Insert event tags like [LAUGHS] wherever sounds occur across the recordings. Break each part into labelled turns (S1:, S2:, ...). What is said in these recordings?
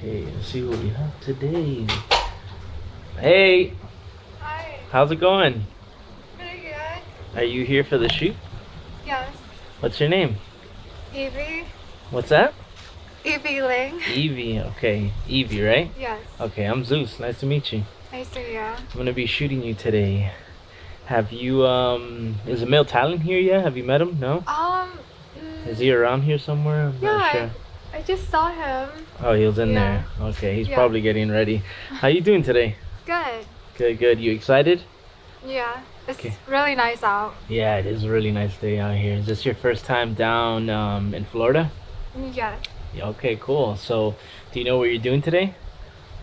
S1: Hey, let's see what we have today. Hey,
S2: Hi,
S1: how's it going?
S2: pretty good.
S1: Are you here for the shoot?
S2: Yes,
S1: What's your name?
S2: Evie,
S1: What's that?
S2: Evie Ling.
S1: Evie. Okay, Evie, right?
S2: Yes,
S1: Okay, I'm Zeus. Nice to meet you.
S2: nice to meet you.
S1: I'm gonna be shooting you today. Have you um? Is Emil Talon here yet? Have you met him? No.
S2: Um, mm,
S1: Is he around here somewhere? I'm
S2: Yeah,
S1: not sure.
S2: I just saw him.
S1: Oh, he was in
S2: Yeah.
S1: there. Okay, he's
S2: Yeah.
S1: probably getting ready. How you doing today?
S2: Good.
S1: Good, good. You excited?
S2: Yeah, it's
S1: Okay.
S2: really nice out.
S1: Yeah, it is a really nice day out here. Is this your first time down um, in Florida?
S2: Yeah.
S1: Yeah, Okay, cool. So, do you know what you're doing today?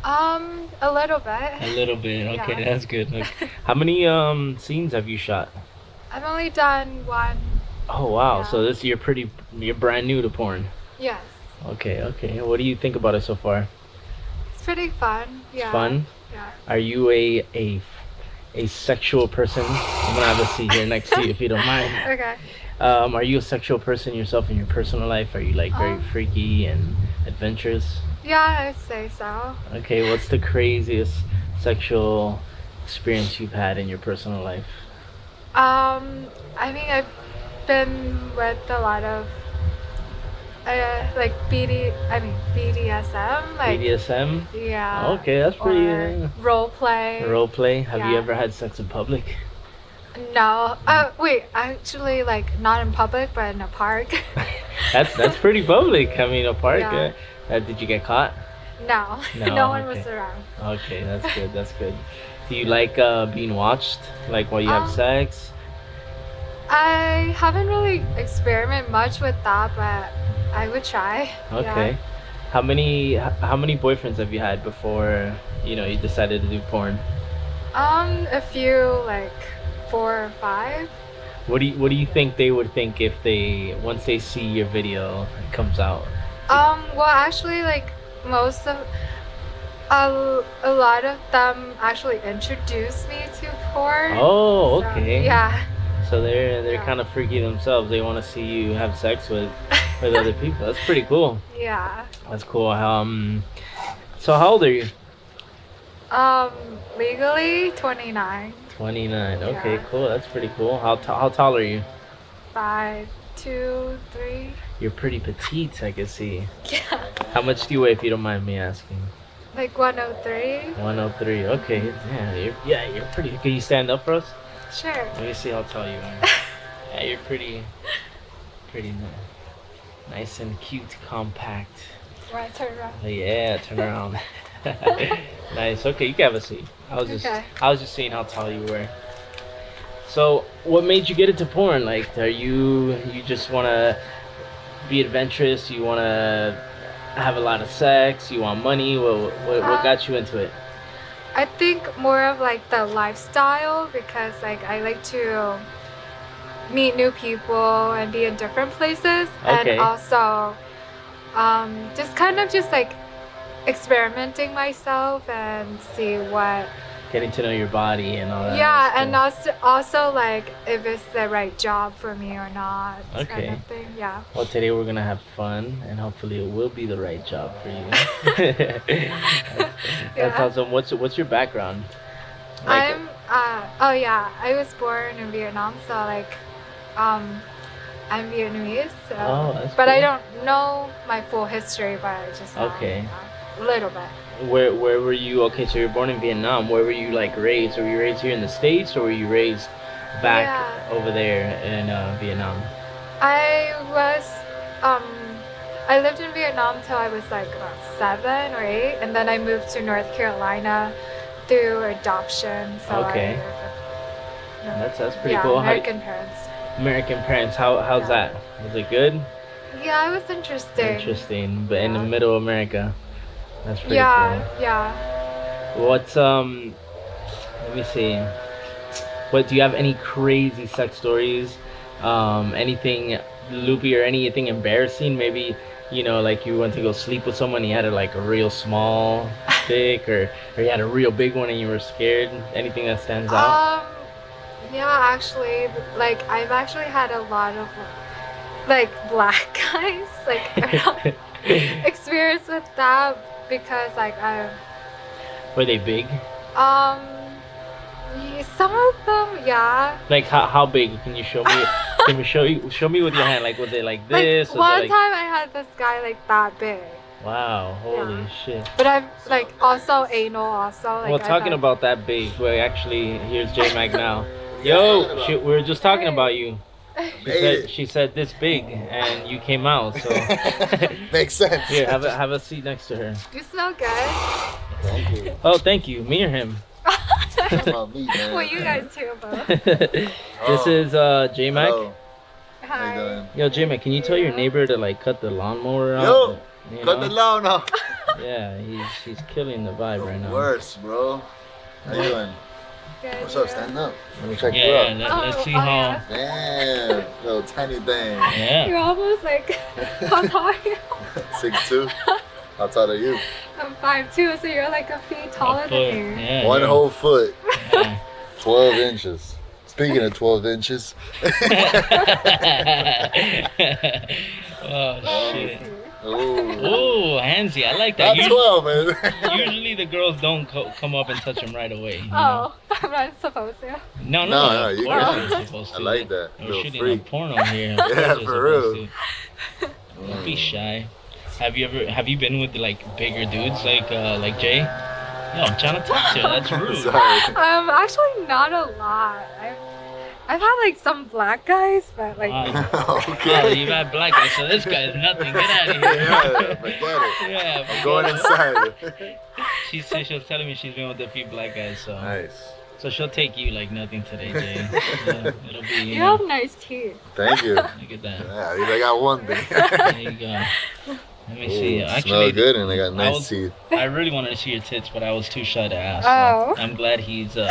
S2: Um, a little
S1: A
S2: bit.
S1: little bit. Okay,
S2: [LAUGHS] Yeah.
S1: that's good. Okay. How many um scenes have you shot?
S2: [LAUGHS] I've only done one.
S1: Oh wow!
S2: Yeah.
S1: So this you're pretty, you're brand new to porn.
S2: Yes,
S1: Okay, okay. What do you think about it so far?
S2: it's pretty fun. Yeah.
S1: It's fun.
S2: Yeah.
S1: Are you a a a sexual person? I'm gonna have a seat here next to you if you don't mind.
S2: [LAUGHS] Okay.
S1: Um, are you a sexual person yourself in your personal life? Are you like very
S2: Um,
S1: freaky and adventurous?
S2: Yeah, I'd say so.
S1: Okay, what's the craziest sexual experience you've had in your personal life?
S2: Um, I mean, I've been with a lot of uh, like BD, I mean BDSM, like
S1: BDSM?
S2: yeah.
S1: okay, that's pretty
S2: or
S1: uh,
S2: role play.
S1: role play. Have you
S2: yeah.
S1: ever had sex in public?
S2: no, uh, wait, actually, like not in public, but in a park.
S1: [LAUGHS] That's that's pretty public. I mean, a park.
S2: Yeah.
S1: Uh, uh, did you get caught?
S2: [LAUGHS] no,
S1: No,
S2: one was
S1: okay.
S2: around.
S1: Okay, that's good. That's good. Do you like uh, being watched, like while you have
S2: Um,
S1: sex?
S2: I haven't really experimented much with that, but I would try.
S1: Okay. How many h- how many boyfriends have you had before you know you decided to do porn?
S2: Yeah. Um, a few like four or five.
S1: What do you what do you think they would think if they once they see your video it comes out?
S2: Um, well, actually, like most of a, a lot of them actually introduced me to porn.
S1: Oh,
S2: So,
S1: okay.
S2: uh, yeah, [LAUGHS]
S1: So they're they're
S2: Yeah.
S1: kind of freaky themselves. They want to see you have sex with with other people. That's pretty cool.
S2: yeah.
S1: That's cool. Um, so how old are you?
S2: Um, legally 29,
S1: 29. Okay,
S2: Yeah.
S1: cool. That's pretty cool. How t- how tall are you?
S2: 5, 2, 3.
S1: You're pretty petite, I can see.
S2: Yeah.
S1: How much do you weigh, if you don't mind me asking?
S2: Like 103.
S1: 103. Okay. Yeah, you're, yeah, you're pretty. Can you stand up for us?
S2: Sure.
S1: Let me see how tall you are. yeah, you're pretty, pretty ni- nice and cute, compact.
S2: Right, turn around.
S1: Oh, Yeah, turn around. [LAUGHS] nice. Okay, you can have a seat. I was just,
S2: Okay.
S1: I was just seeing how tall you were. So, what made you get into porn? Like, are you, you just wanna be adventurous? You wanna have a lot of sex? You want money? What, what, what
S2: Um,
S1: got you into it?
S2: I think more of like the lifestyle because like I like to meet new people and be in different places
S1: Okay.
S2: and also um, just kind of just like experimenting myself and see what
S1: Getting to know your body and all that.
S2: yeah
S1: That's
S2: and uh,
S1: cool.
S2: also also like if it's the right job for me or not
S1: Okay.
S2: kind of thing yeah
S1: Well, today we're gonna have fun, and hopefully it will be the right job for you. [LAUGHS] that's, that's
S2: [LAUGHS] Yeah.
S1: awesome. What's what's your background?
S2: I'm uh, oh yeah I was born in Vietnam so like um, I'm Vietnamese so
S1: oh, that's
S2: But I
S1: cool.
S2: don't know my full history, but I just know,
S1: Okay.
S2: you know, a little bit.
S1: Where where were you? Okay, so you're born in Vietnam. Where were you like raised? Were you raised here in the states, or were you raised back
S2: Yeah.
S1: over there in uh, Vietnam?
S2: I was, um, I lived in Vietnam till I was like about seven or eight, and then I moved to North Carolina through adoption. So
S1: Okay.
S2: I, live with, you know,
S1: That's that's pretty
S2: yeah,
S1: cool. How,
S2: American parents.
S1: American parents. How how's
S2: Yeah.
S1: that? Was it good?
S2: Yeah, it was interesting.
S1: Interesting, but in the
S2: Yeah.
S1: middle of America, that's pretty cool.
S2: Yeah, yeah.
S1: What's um? Let me see. What do you have? Any crazy sex stories? Um, anything loopy or anything embarrassing? Maybe you know, like you went to go sleep with someone, you had a, like a real small
S2: [LAUGHS]
S1: dick, or or you had a real big one and you were scared. Anything that stands out?
S2: Um, yeah, actually, like I've actually had a lot of [LAUGHS]
S1: [LAUGHS]
S2: Oh, like black guys like around experience with that because like I
S1: Were they big?
S2: um y- some of them yeah
S1: Like how, how big? Can you show me? can you show you show me with your hand? Like was it like this?
S2: [LAUGHS]
S1: Was it
S2: like one
S1: like-
S2: time I had this guy like that big
S1: Wow! Holy shit!
S2: but I've like also anal also like
S1: well,
S2: I've
S1: talking
S2: had-
S1: about that big, well, actually, here's J Mac now. Yo, she, we were just talking about you. She
S3: Made
S1: said,
S3: it.
S1: she said this big, and you came out.
S3: [LAUGHS]
S1: So
S3: Makes sense.
S1: here, have a, have a seat next to her.
S2: you smell good [LAUGHS]
S3: Thank you.
S1: Oh, thank you. Me or him? [LAUGHS]
S3: That's about me, man.
S2: well you guys too both
S1: this
S3: Oh.
S1: is uh, J Mac.
S3: Hello. How you
S2: hi
S3: doing?
S1: Yo, J Mac, can you tell your neighbor to like cut the lawnmower out?
S3: Yo,
S1: You
S3: Cut
S1: know?
S3: the lawn now.
S1: Yeah, he's he's killing the vibe right now.
S3: Worse, bro. How you doing?
S2: good
S3: What's up?
S2: yeah.
S3: Stand up. Let me check you
S1: Yeah,
S3: out.
S1: let, us
S2: Oh,
S1: see
S2: oh,
S1: how.
S3: Damn, little tiny thing.
S1: Yeah.
S2: You're almost like [LAUGHS] how tall are you?
S3: Six two. How tall are you?
S2: I'm five two, so you're like a feet taller
S1: Of course,
S2: than me.
S1: yeah,
S3: One
S1: yeah.
S3: whole foot,
S1: Yeah.
S3: twelve inches. Speaking of
S1: [LAUGHS]
S3: twelve inches,
S1: oh shit.
S3: ooh,
S1: Ooh, handsy. I like that.
S3: not
S1: Usually,
S3: twelve, man. [LAUGHS]
S1: usually the girls don't co- come up and touch him right away. you know?
S2: Oh, [LAUGHS] I'm not supposed to.
S1: No, no,
S3: No, no,
S1: of
S3: you
S1: course
S2: got
S1: you're
S2: it.
S1: supposed
S3: I
S1: to. Oh,
S3: like that.
S1: We're
S3: Little
S1: shooting a
S3: freak.
S1: porno
S3: [LAUGHS]
S1: here. Of course
S3: Yeah,
S1: you're
S3: for
S1: supposed
S3: real.
S1: to. Don't
S3: Mm.
S1: be shy. Have you ever? Have you been with like bigger dudes like uh, like Jay? Yo, I'm trying to talk to you.
S3: [LAUGHS]
S1: That's rude. [LAUGHS]
S3: Sorry.
S2: Um, actually, not a lot. I've, I've had like some black guys, but like
S1: Wow.
S3: [LAUGHS]
S1: Oh,
S3: okay.
S1: you got black guy, so this guy is nothing. Get out of
S3: Yeah,
S1: here.
S3: forget
S1: [LAUGHS]
S3: it.
S1: yeah,
S3: I'm going inside.
S1: She said she was telling me she's been with a few black guys, so
S3: nice.
S1: so she'll take you like nothing
S3: [LAUGHS]
S1: today, Jay. Yeah, it'll be you
S2: you
S1: know,
S2: have nice teeth. [LAUGHS]
S3: Thank you.
S1: look at that.
S3: Yeah, at least I got one thing.
S1: There you go. Let me see.
S3: Ooh, smell
S1: [LAUGHS] Actually,
S3: good and I got nice
S1: was-
S3: teeth.
S1: I really wanted to see your tits, but I was too shy to ask.
S2: Oh.
S1: I'm glad he's
S3: [LAUGHS]
S1: uh,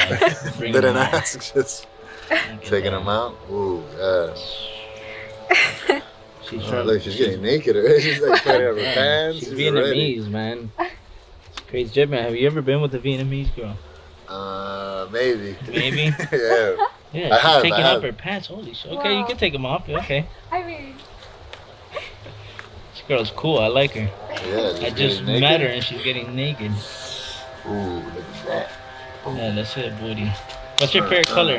S1: bringing
S3: Didn't
S1: them out.
S3: ask, [LAUGHS] just
S1: Look at
S3: [LAUGHS] taking
S1: that.
S3: them out. Ooh, yeah.
S1: She's
S3: Oh,
S1: from-
S3: look, she's getting naked already. [LAUGHS]
S1: [LAUGHS]
S3: She's like cutting out her
S1: Yeah,
S3: pants.
S1: She's
S3: ready.
S1: Vietnamese, man. It's crazy, Jay, man. Have you ever been with a Vietnamese girl?
S3: Uh, maybe.
S1: Maybe?
S3: [LAUGHS] yeah.
S1: Yeah,
S3: I
S1: she's
S3: have, I
S1: taking
S3: have.
S1: off her pants. Holy shit. Okay, you
S2: Wow.
S1: can take them off. Yeah, Okay.
S2: I mean,
S1: This girl's cool. I like her.
S3: Yeah.
S1: I
S3: getting
S1: just
S3: naked.
S1: met her and she's getting naked.
S3: Ooh, look at that.
S1: Yeah, that's it, booty. What's your
S3: Uh,
S1: favorite
S3: uh.
S1: color?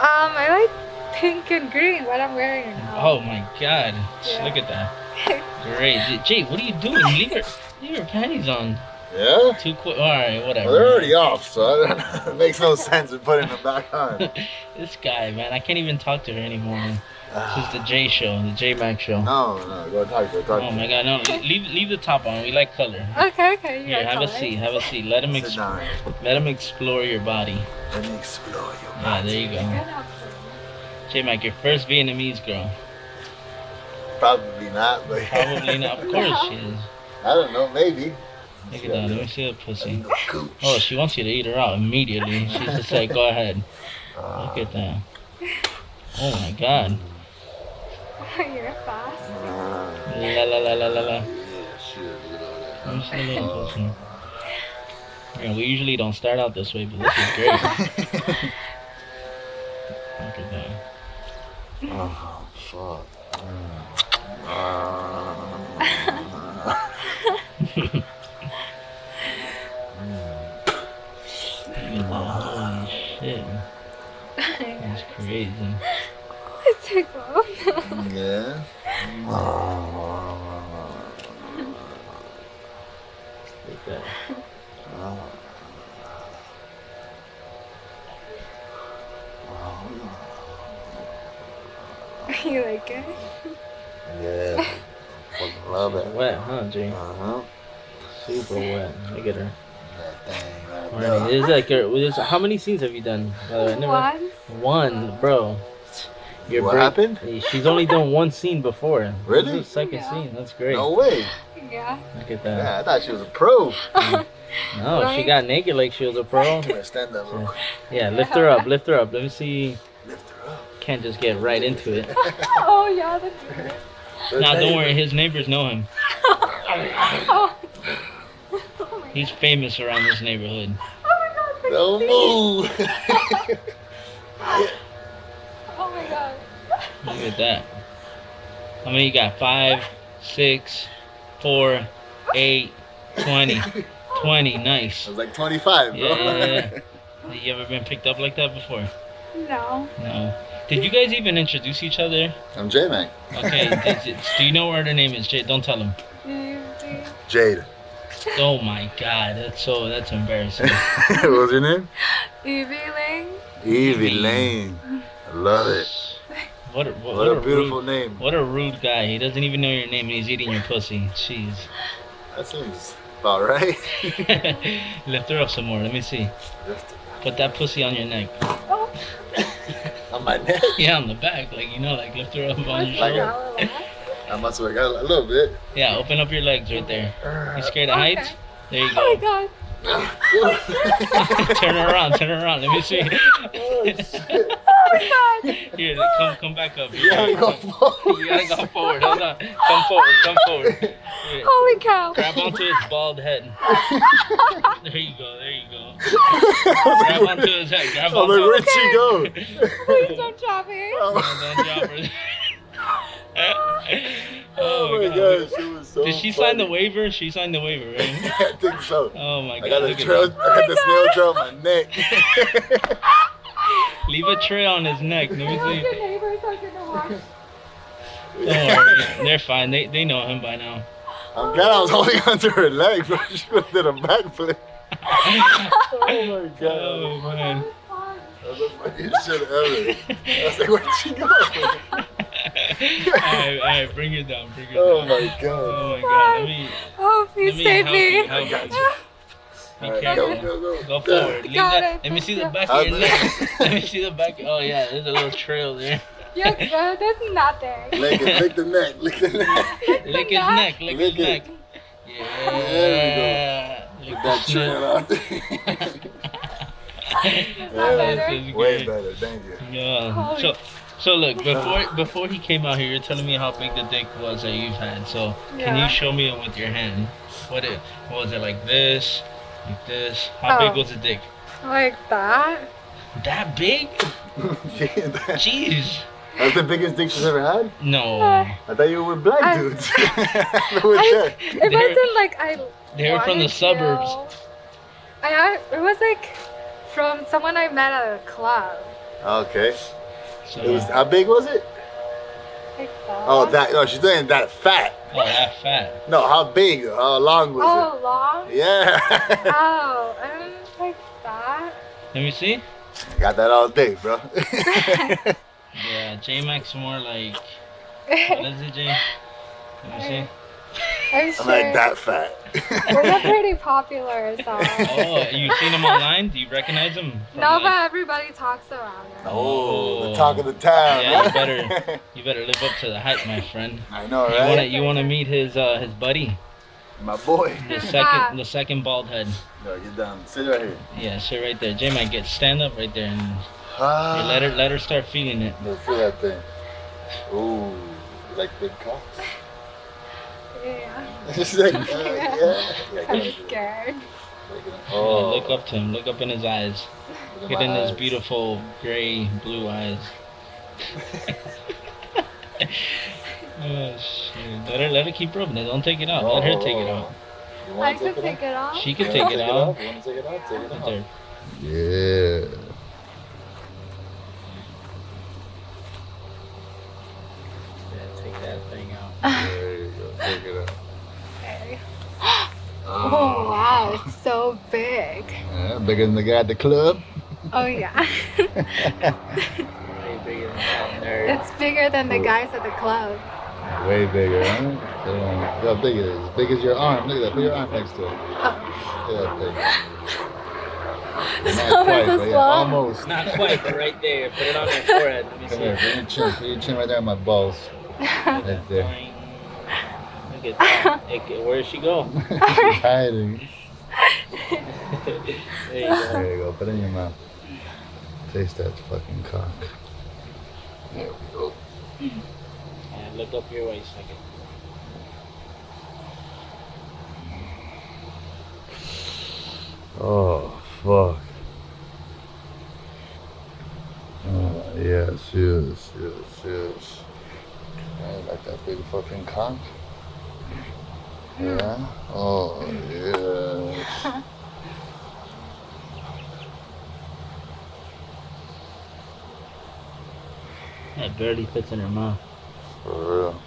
S2: um, I like pink and green. What I'm wearing.
S1: Oh my god. Just
S2: Yeah.
S1: Look at that. Great. Jay, what are you doing? Leave her, leave her panties on.
S3: Yeah.
S1: Too quick. Alright,
S3: Well, they're
S1: whatever.
S3: already off, so [LAUGHS] I don't, it makes no sense in putting them back
S1: [LAUGHS]
S3: on.
S1: This guy, man. I can't even talk to her anymore. man. This
S3: Ah,
S1: is the J show, the J Mac show.
S3: [SIGHS] no, no, go talk to her. Talk
S1: Oh
S3: to her.
S1: my god, no. Leave, leave the top on. We like color.
S2: Okay, okay, you
S1: Here,
S2: guys
S1: have a
S2: all right.
S1: seat. Have a seat. Let him,
S3: Sit
S1: ex-
S3: down.
S1: let him explore your body.
S3: Let me explore your
S1: Yeah, Ah, there you go.
S2: Good outfit.
S1: J Mac, your first Vietnamese girl.
S3: Probably not, but [LAUGHS]
S1: Probably not. Of course she is.
S3: I don't know, maybe.
S1: Look at that. Let me see the pussy.
S3: Little gooch.
S1: Oh, she wants you to eat her out immediately. She's just like, go ahead. Look at that. Oh my god.
S2: [LAUGHS] You're fast. [LAUGHS]
S3: Ah,
S1: La la la la la la.
S3: yeah, shit, look at all
S1: [LAUGHS]
S3: that.
S1: Let me see the little pussy. Yeah, we usually don't start out this way, but this is
S3: [LAUGHS]
S1: great. Look at that.
S3: Oh, fuck. Ah.
S1: Look at that. Holy shit. That's crazy.
S2: It's tickled.
S3: yeah.
S1: Look at that.
S2: you like it?
S3: Yeah. Fucking love
S1: Super
S3: it.
S1: wet, huh, Jay?
S3: Uh-huh.
S1: Super wet. Look at her.
S3: That thing right
S1: Alright,
S3: there.
S1: Is like your, is, how many scenes have you done? by the way? I Uh, never-
S2: Once.
S1: One, bro. Your
S3: What
S1: break-
S3: happened?
S1: Hey, She's only done one scene before.
S3: Really?
S1: This is the second
S2: Yeah.
S1: scene. That's great.
S3: No way.
S2: Yeah.
S1: Look at that.
S3: Yeah, I thought she was a pro.
S1: No, she
S2: Right?
S1: got naked like she was a pro.
S3: Come here, stand up real quick.
S1: Yeah, lift her up, lift her up. Let me see.
S3: Lift her up.
S1: Can't just get right into
S3: [LAUGHS]
S1: it.
S2: Oh yeah, the neighbor.
S1: Nah, don't worry. His neighbors know him.
S2: Oh. oh my
S1: He's famous around this neighborhood.
S2: oh my god.
S3: Don't move. [LAUGHS]
S2: Oh my god.
S1: Look at that. How many you got? Five, six, four, eight,
S3: [LAUGHS]
S1: 20. 20,
S3: I
S1: nice.
S3: was like 25, bro.
S1: Yeah. Have you ever been picked up like that before?
S2: No.
S1: No. Did you guys even introduce each other?
S3: I'm J Mac. [LAUGHS]
S1: Okay. did you, do you know what her name is? Jade, don't tell him.
S2: Mm,
S3: Jade. [LAUGHS]
S1: Oh my God, that's so that's [LAUGHS] embarrassing.
S3: what was your name?
S2: Evening.
S3: Evie Lane. I love it.
S1: What a, what,
S3: What,
S1: what
S3: a beautiful
S1: Rude,
S3: name.
S1: what a rude guy. He doesn't even know your name and he's eating your pussy. Jeez. [LAUGHS]
S3: That seems about right.
S1: Lift her up some more. Let me see. Put that pussy on your neck. [LAUGHS]
S2: Oh,
S3: On my neck.
S1: Yeah, on the back. Like, you know, like lift her up on your
S3: Like
S1: shoulder.
S3: I must have got a little bit.
S1: Yeah, open up your legs right there. You scared of
S2: Okay.
S1: heights? There you
S2: Oh my
S1: go.
S2: god.
S1: [LAUGHS] turn her around, turn her around. Let me see.
S2: [LAUGHS]
S3: Oh, shit.
S2: Oh my god.
S1: Here, come come back up. You
S3: Yeah,
S1: gotta
S3: we go
S1: go, you gotta go forward. Hold on. Come forward, come forward.
S2: [LAUGHS]
S1: Here,
S2: Oh Holy cow.
S1: grab onto his bald
S3: [LAUGHS]
S1: head. There you go, there you go. Grab onto
S3: forward.
S1: his head. Grab
S3: I'm like,
S1: onto
S3: where'd she go?
S1: [LAUGHS]
S2: Please don't drop me.
S3: Oh,
S1: his
S3: oh my gosh, it was so
S1: Did she sign
S3: funny.
S1: the waiver? She signed the waiver, right?
S3: [LAUGHS] I think so.
S1: Oh my god.
S3: I got a
S1: look at
S3: trail. I
S1: that.
S3: got the [LAUGHS] snail trail on my neck.
S1: Leave a trail on his neck. Let
S2: I hope
S1: me
S2: your
S3: [LAUGHS]
S1: see.
S2: neighbors are gonna watch.
S1: Don't worry. They're fine. They, they know him by
S3: [LAUGHS]
S1: now. [LAUGHS]
S3: I'm glad I was holding onto her leg, bro. [LAUGHS] She would have did a backflip. [LAUGHS] Oh my god.
S1: Oh
S3: [LAUGHS]
S1: man. [LAUGHS]
S3: That's the funniest shit ever. I was like, where'd she
S1: [LAUGHS]
S3: go?
S1: alright, alright, bring it down, bring it
S3: Oh
S1: down.
S3: my god.
S1: Oh my god, let me
S2: Oh,
S1: let
S2: please
S1: me
S2: save
S1: help you.
S2: me.
S1: Help
S3: I got
S2: [LAUGHS]
S1: you.
S3: you.
S1: Be
S3: Alright,
S1: careful.
S3: go, go, go.
S1: Go forward. Leave
S2: Got
S1: that.
S2: it,
S1: Let me see the
S2: thank
S1: back
S3: I'll-
S1: of your neck. [LAUGHS] Let me see the back. Oh yeah, there's a little trail
S2: [LAUGHS]
S1: there.
S2: You're good. There's nothing.
S3: Lick it, lick the neck, lick
S1: [LAUGHS]
S3: the neck.
S1: Lick his neck. Lick his
S3: Lick it.
S1: neck. Yeah.
S3: There
S1: Lick
S3: With that
S1: his
S3: trail
S1: neck. [LAUGHS]
S3: out
S2: [LAUGHS]
S3: there.
S1: This
S2: better?
S1: is
S3: Way
S1: good.
S3: better, thank you. [LAUGHS]
S1: Yeah.
S2: Holy-
S1: So, so look before before he came out here, you're telling me how big the dick was that you've had. So can you
S2: Yeah.
S1: show me it with your hand? What it what was it like this, like this? How
S2: Oh.
S1: big was the dick?
S2: Like that.
S1: That big?
S3: Yeah, that-
S1: Jeez.
S3: That's the biggest dick she's ever had?
S1: No.
S2: [LAUGHS] Uh,
S3: I thought you were black
S2: I-
S3: [LAUGHS] dudes. Who
S2: I-
S3: is that?
S2: It
S1: They're-
S2: wasn't like I.
S1: they were from the
S2: wanted
S1: suburbs.
S2: to. I had, it was like from someone I met at a club.
S3: Okay.
S1: So,
S3: It was, how big was it?
S2: Like
S3: Oh, that. No, she's saying that fat.
S1: oh, that fat.
S3: No, how big? uh, How long was
S2: Oh, long.
S3: it? Yeah. [LAUGHS]
S2: Oh, um, like that. [LAUGHS]
S1: Let me see.
S3: Got that all day, bro. [LAUGHS]
S1: Yeah, J Max more like what is it, J? Let me see.
S2: I'm sure.
S3: I'm like that
S2: Well,
S3: fat. [LAUGHS]
S2: they're pretty popular, so.
S1: Oh, you seen him online? Do you recognize him? from,
S2: No,
S1: like-
S2: but everybody talks around it.
S3: oh,
S1: Oh.
S3: the talk of the town.
S1: Yeah, you
S3: huh?
S1: better. You better live up to the hype, my friend.
S3: [LAUGHS] I know,
S1: You wanna
S3: right?
S1: you wanna meet his uh his buddy,
S3: My boy.
S1: the second the second bald head.
S3: Yo, get down. Sit right here.
S1: Yeah, sit right there. J Max, get stand up right there and
S3: Ah.
S1: you let her let her start feeling it.
S3: Yo, feel that thing. Ooh, like big cock. [LAUGHS]
S2: [LAUGHS] Yeah.
S3: She's like, uh, yeah. Like, [LAUGHS]
S2: I'm scared.
S3: Oh.
S1: Yeah, Oh, look up to him. Look up in his eyes.
S3: look at
S1: Get
S3: my
S1: in his
S3: eyes.
S1: beautiful gray blue [LAUGHS] eyes. oh shit. Let her let her keep rubbing it. Don't take it out. Let her take it out.
S3: You
S2: I
S3: want to
S2: could take
S3: take it out?
S2: it off.
S1: She
S3: You
S1: can
S3: wanna
S1: take it out.
S3: You want to take it out? Take it
S1: Right there.
S3: out. Yeah.
S1: Yeah, take that thing out.
S3: There you go. Take it out.
S2: Okay.
S3: Ah.
S2: Oh wow, it's so big.
S3: Yeah, bigger than the guy at the club.
S2: Oh yeah, [LAUGHS]
S1: Way bigger than that nerd.
S2: it's bigger than the guys at the club.
S3: Way bigger, huh? Come on. Look how big it is. As big as your arm. Look at that. Put your arm next to it. Look at that thing.
S2: So
S3: Not
S2: [LAUGHS]
S3: quite,
S2: it's a
S3: but yeah,
S2: slob.
S3: almost.
S1: Not quite, but right there. Put it on your forehead. Let me
S3: Come here,
S1: see.
S3: put your chin, put your chin right there on my balls.
S2: [LAUGHS]
S3: Right there.
S1: Look at that. It- it- Where'd she go?
S3: [LAUGHS] She's hiding.
S1: There you go.
S3: There you go. Put it in your mouth. Taste that fucking cock. There we go.
S1: Yeah, look up your waist second.
S3: Oh, fuck. Oh, yes, yes, yes, yes. I like that big fucking cock. Yeah. Oh yeah.
S1: That barely fits in her mouth.
S3: For real.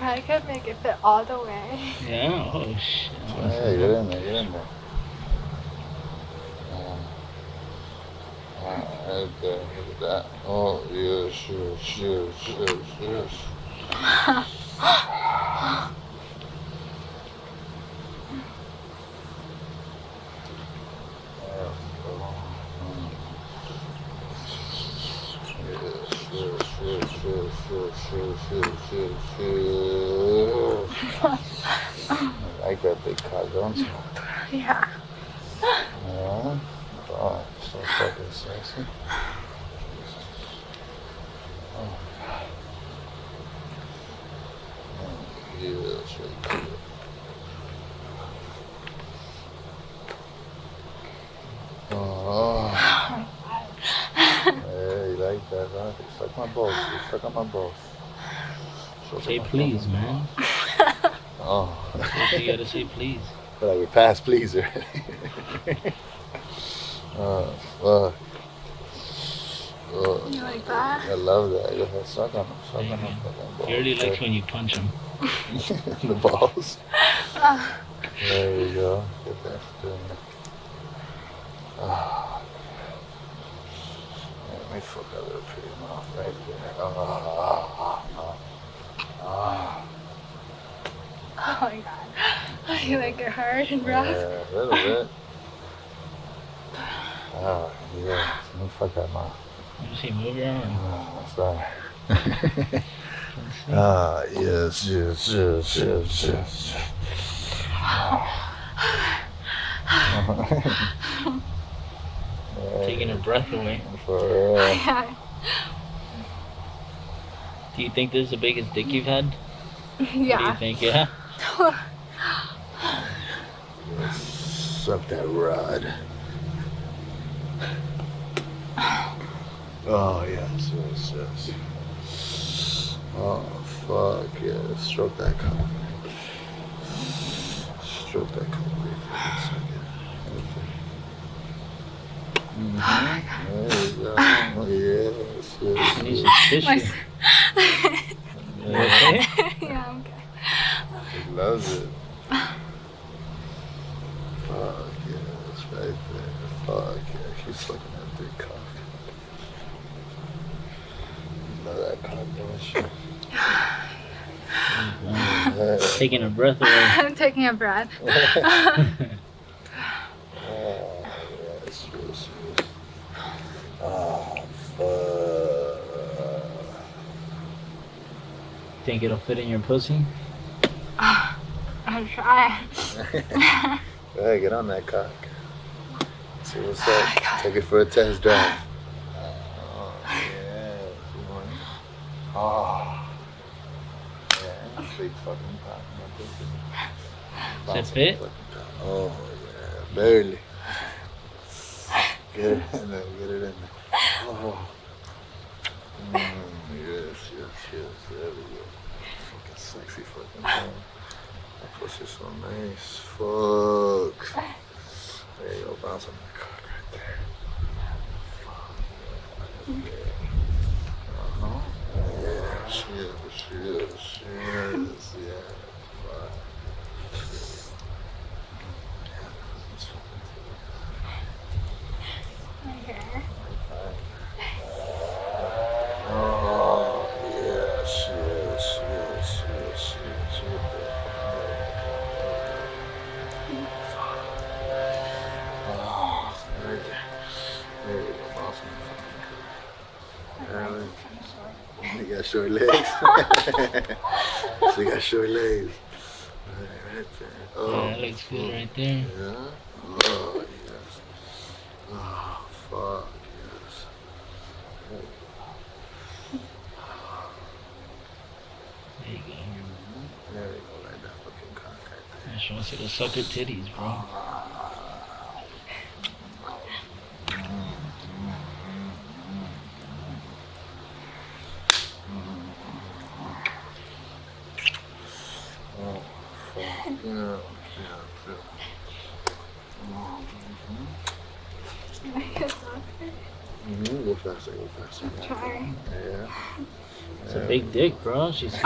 S2: I could make it fit all the way.
S1: Yeah. Oh shit.
S3: Yeah, get in there, get in there. Um, wow, right there, look at that. Oh, yes, yes, yes, yes, yes. Yes, yes, yes, yes, yes, yes, yes, yes, yes. I like that big cock, don't you?
S2: Yeah.
S3: Yeah. Oh, so fucking sexy. Oh. Oh, yes, right there. Oh. Hey, you like that, huh? Suck my balls. Suck on my balls.
S1: Say please, man.
S3: Oh.
S1: you gotta say please.
S3: like a past pleaser. [LAUGHS] uh, fuck. Uh,
S2: You like that?
S3: I love that. Go ahead, suck on them, suck on them, fucking balls.
S1: He already likes when you punch him.
S3: [LAUGHS] the balls. there you go. Get that feeling. Ah. Let me fuck that little pretty mouth right there. Ah, ah, ah, ah.
S2: Oh my god. You like it hard and rough?
S3: Yeah, a little bit. Ah, yeah. Let me fuck that mouth.
S1: Let me see, move your arm.
S3: Ah, sorry. Ah, yes, yes, yes, yes, yes. [LAUGHS]
S1: Taking her breath away.
S3: For uh, real.
S2: Yeah.
S1: Do you think this is the biggest dick you've had? Do you
S2: [LAUGHS] Yeah.
S1: think, yeah?
S3: Suck that rod. Oh, yes, yes, yes. Oh, fuck, yeah. Stroke that cock. Stroke that cock. Wait for a second. Mm-hmm. There you go. Yes, yes,
S1: I need
S3: [LAUGHS] yes.
S1: some tissue. You okay?
S2: [LAUGHS] yeah, I'm good. [LAUGHS]
S3: He loves it. Fuck yeah, it's right there. Fuck yeah, she's sucking that big cock. You know that cock doing shit. [SIGHS] Yeah.
S1: Taking her breath away.
S2: I'm taking a breath.
S3: Ah, yes, yes, yes. Ah, fuck.
S1: Think it'll fit in your pussy?
S2: [LAUGHS] I'm trying. [LAUGHS]
S3: Hey, get on that cock. See what's up. Take it for a test drive. Oh, yeah. You want it? Oh. Yeah, big fucking cock. my pussy.
S1: Does that fit?
S3: Fucking cock. Oh, yeah. Barely. Get it in there. Get it in there. Oh. Mm, yes, yes, yes. There we go. Fucking sexy fucking thing. That pussy's so nice. Fuck. There you go, bounce on that cock right there. Fuck. Yeah. Uh-huh. Yeah, she is, she is, she is, yeah. Fuck. Yeah, that's fucking fine. Oh, yes, yes, yes, yes, yes, yes. Oh, right there. There you go, boss. Really? She got short legs. she got short legs. Right, right there. Oh,
S1: Yeah, that looks good right there.
S3: yeah. Oh, yes. Oh, fuck, yes.
S1: There you go.
S3: There we go, right there. Fucking cock right there.
S1: She wants you to suck her titties, bro.
S3: Yeah, yeah, yeah. Mm-hmm. Mm-hmm. Go faster, go faster.
S2: Try.
S3: Yeah.
S1: It's a big dick, bro. She's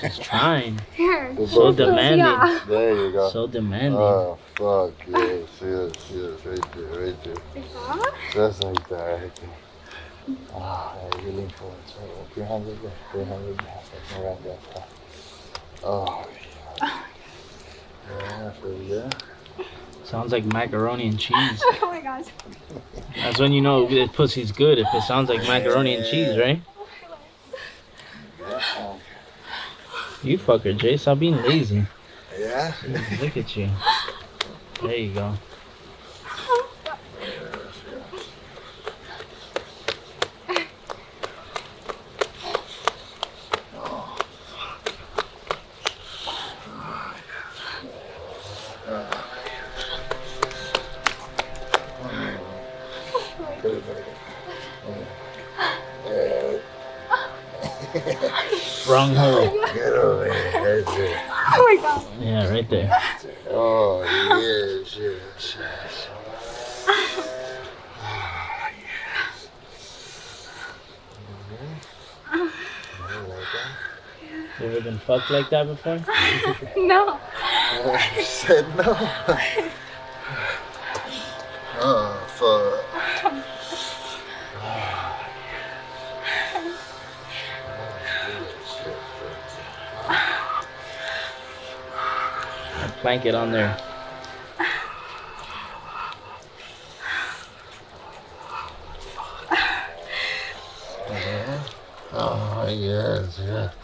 S1: she's trying.
S2: Here.
S3: Well,
S1: So
S3: both-
S1: demanding.
S2: [LAUGHS] Yeah.
S3: There you go.
S1: So demanding.
S3: Oh fuck yes, yes, yes, right there, right there.
S2: Oh
S3: That's like that, right there. Ah, yeah, you're leaning forward, so put your hands right there, put your hands right there, fucking around that huh? Oh, yeah. Yeah, so yeah.
S1: Sounds like macaroni and cheese.
S2: Oh my gosh.
S1: That's when you know the pussy's good if it sounds like macaroni and cheese, right?
S3: Yeah.
S1: You fucker, Jay. Stop being lazy.
S3: Yeah.
S1: Look at you. There you go.
S3: Put it back in.
S1: Wrong hole.
S3: Yeah. Get over here, right there.
S2: Oh my gosh.
S1: Yeah, right there.
S3: Oh yes, yes, yes.
S1: You ever been fucked like that before?
S2: No.
S3: I said no. [LAUGHS] oh fuck.
S1: Plank it on there.
S3: Oh yes, yes.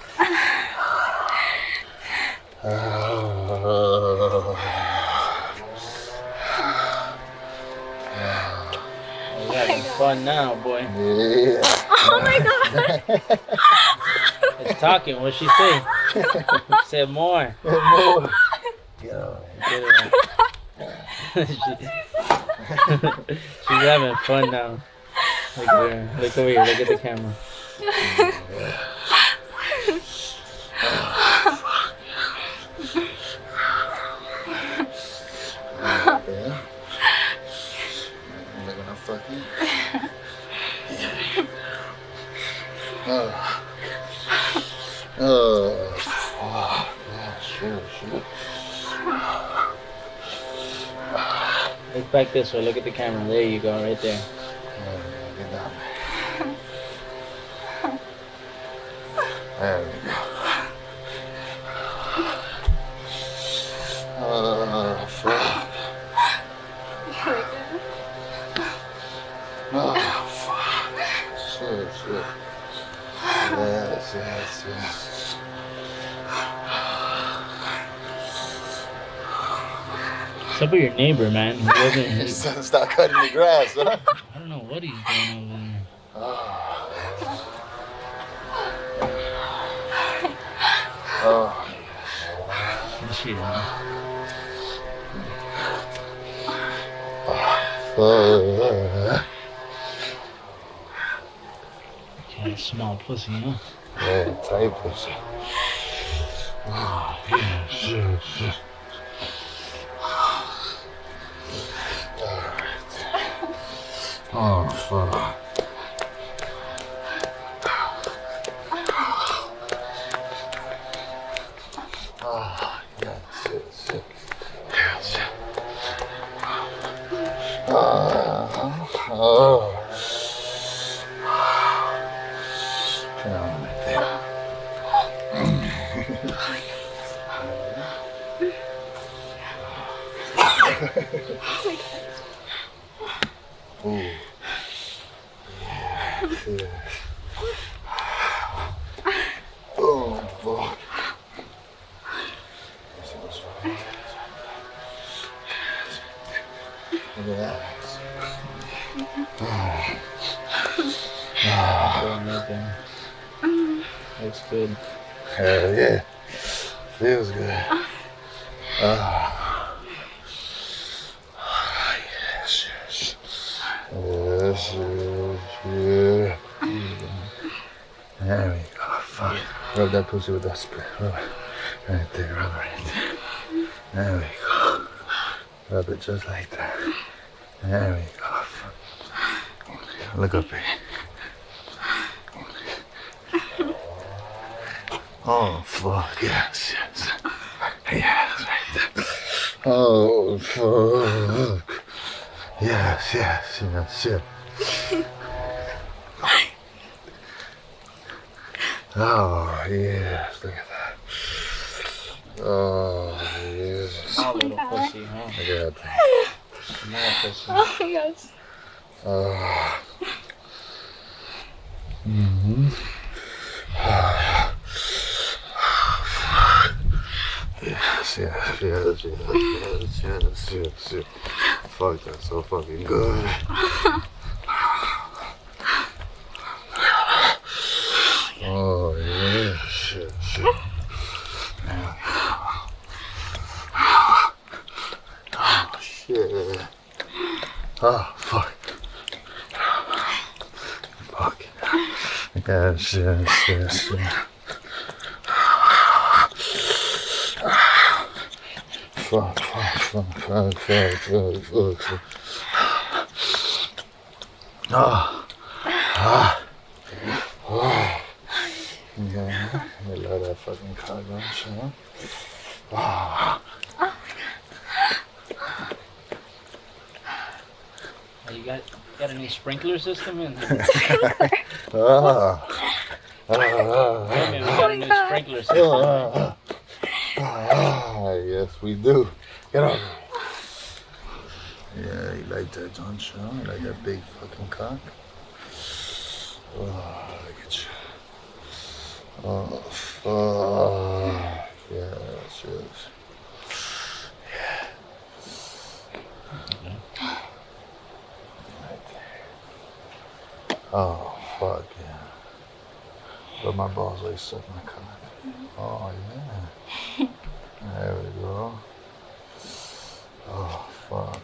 S3: Oh.
S1: You're having fun now, boy.
S3: Yeah.
S2: Oh my gosh. [LAUGHS]
S3: [LAUGHS]
S1: It's talking. What'd she say? [LAUGHS] Said more.
S3: More. Get over here.
S1: [LAUGHS] Yeah. She- She's having fun now. Look there. Look over here. Look at the camera.
S3: Yeah. Am I gonna fuck you? Oh. Oh. Oh, yeah, sure, sure.
S1: Look back this way. Look at the camera. There you go. Right there.
S3: Yeah, get down there. There we go. Oh, fuck. Oh, fuck. Shit, shit. Yes, yes, yes.
S1: Except for your neighbor, man. [LAUGHS] He
S3: Your
S1: wasn't.
S3: son stopped cutting the grass, huh?
S1: I don't know what he's doing over there.
S3: Oh,
S1: This shit. man.
S3: fuck.
S1: Okay, small pussy, huh?
S3: Yeah, type of shit. Oh, yes, yes, yes. Alright. Oh, fuck. Ah, yes, yes, yes. Yes. Ah, oh. Come right there. Ooh. Yes, yes. Oh, fuck. Yes, it was fun. Look at that.
S1: Going right there. Looks good.
S3: Hell yeah. Feels good. Ah. yes, yes. Yes, yes, yeah. There we go. Fuck. Rub that pussy with that spray. Rub it. Right there, rub it right there. There we go. Rub it just like that. There we go. Look up here. Oh, fuck. Yes, yes. Yes, right there. Oh, fuck. Yes, yes, yes, yes. Oh, yes. Look at that. Oh, yes.
S1: Oh, little pussy, huh?
S3: Look at that.
S1: Little pussy.
S2: Oh my gosh.
S3: Ah. Mm-hmm. Yes, yes, yes, yes, yes, yes, yes, yes. Fuck, that's so fucking good. Oh, yes, yes, yes. Ah, Oh, shit. Ah, fuck. Fuck. Yes, yes, yes, yes. Fuck, fuck, fuck, fuck, fuck, fuck, fuck, fuck. Ah. Ah. Ah. Yeah, you love that fucking car lunch, huh? Ah.
S1: Oh, You got, you got a new sprinkler system [LAUGHS] in here?
S3: Ah. Ah. Ah. ah.
S1: Okay, we got a new sprinkler system.
S3: Ah, ah, yes, we do. Get up. Yeah, you like that, John Shaw? You like that big fucking cock? Oh, look at you. Oh, fuck. Yes, yes. Yeah. Oh, fuck, yeah. But my balls like suck my cock. Oh yeah. there we go. Oh fuck.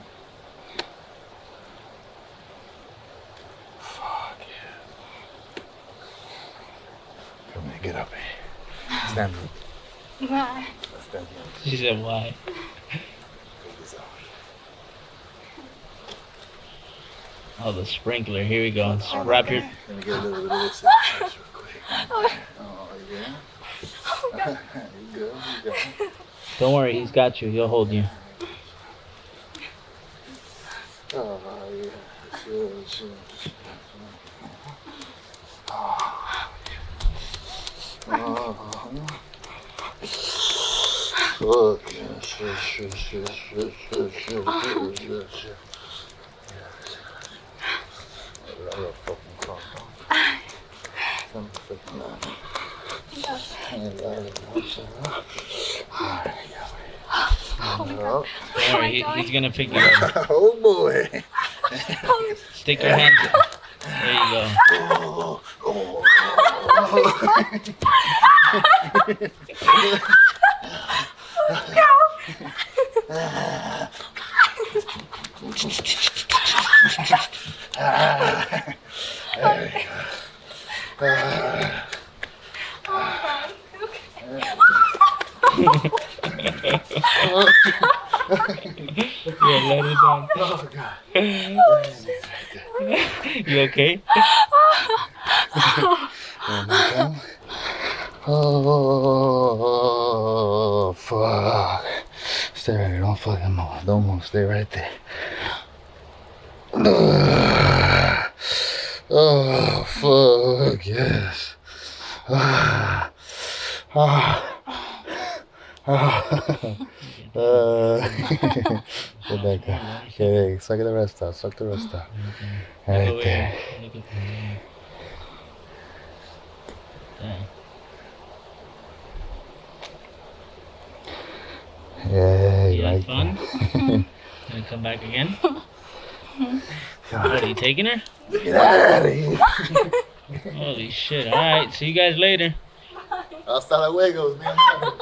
S3: Fuck yeah. Come here, get up here. Stand up.
S2: Why? [LAUGHS]
S3: Stand up.
S1: She said, why?
S3: Take this out.
S1: Oh, the sprinkler. Here we go. Just wrap your.
S3: Let me get a little bit of this in the touch real quick.
S2: Oh.
S3: Oh yeah. [LAUGHS] you go, you go.
S1: Don't worry, he's got you. He'll hold you.
S3: Oh, yeah. Sure, sure. Oh. Oh. Fuck. Yes, yes, yes, yes, yes, yes, yes, yes, yes, yes. I love a fucking condom. Some fucking love. I love it, don't you? Alright, yeah, wait.
S1: Don't worry, he, he's gonna pick you up.
S3: Oh boy.
S2: Oh
S1: Stick your hand. There you go.
S3: Oh, oh.
S1: [LAUGHS]
S2: [LAUGHS] Oh
S1: Yeah, let it down.
S3: Oh god.
S1: [LAUGHS] You okay?
S3: Oh, oh, fuck. Stay right here. Don't fucking move. Don't move. Stay right there. Ugh. Oh, fuck. Yes. Ah. Ah. Ah. [LAUGHS] Uh, Get back up. Okay, suck the rest out. Suck the rest out. Right there.
S1: Look at that. Damn.
S3: Yeah,
S1: You
S3: you
S1: had
S3: like
S1: fun?
S3: that.
S1: Gonna come back again?
S3: God.
S1: What, are you taking her?
S3: Get out of here.
S1: Holy shit. Alright, see you guys later.
S3: Hasta luego, mi amor.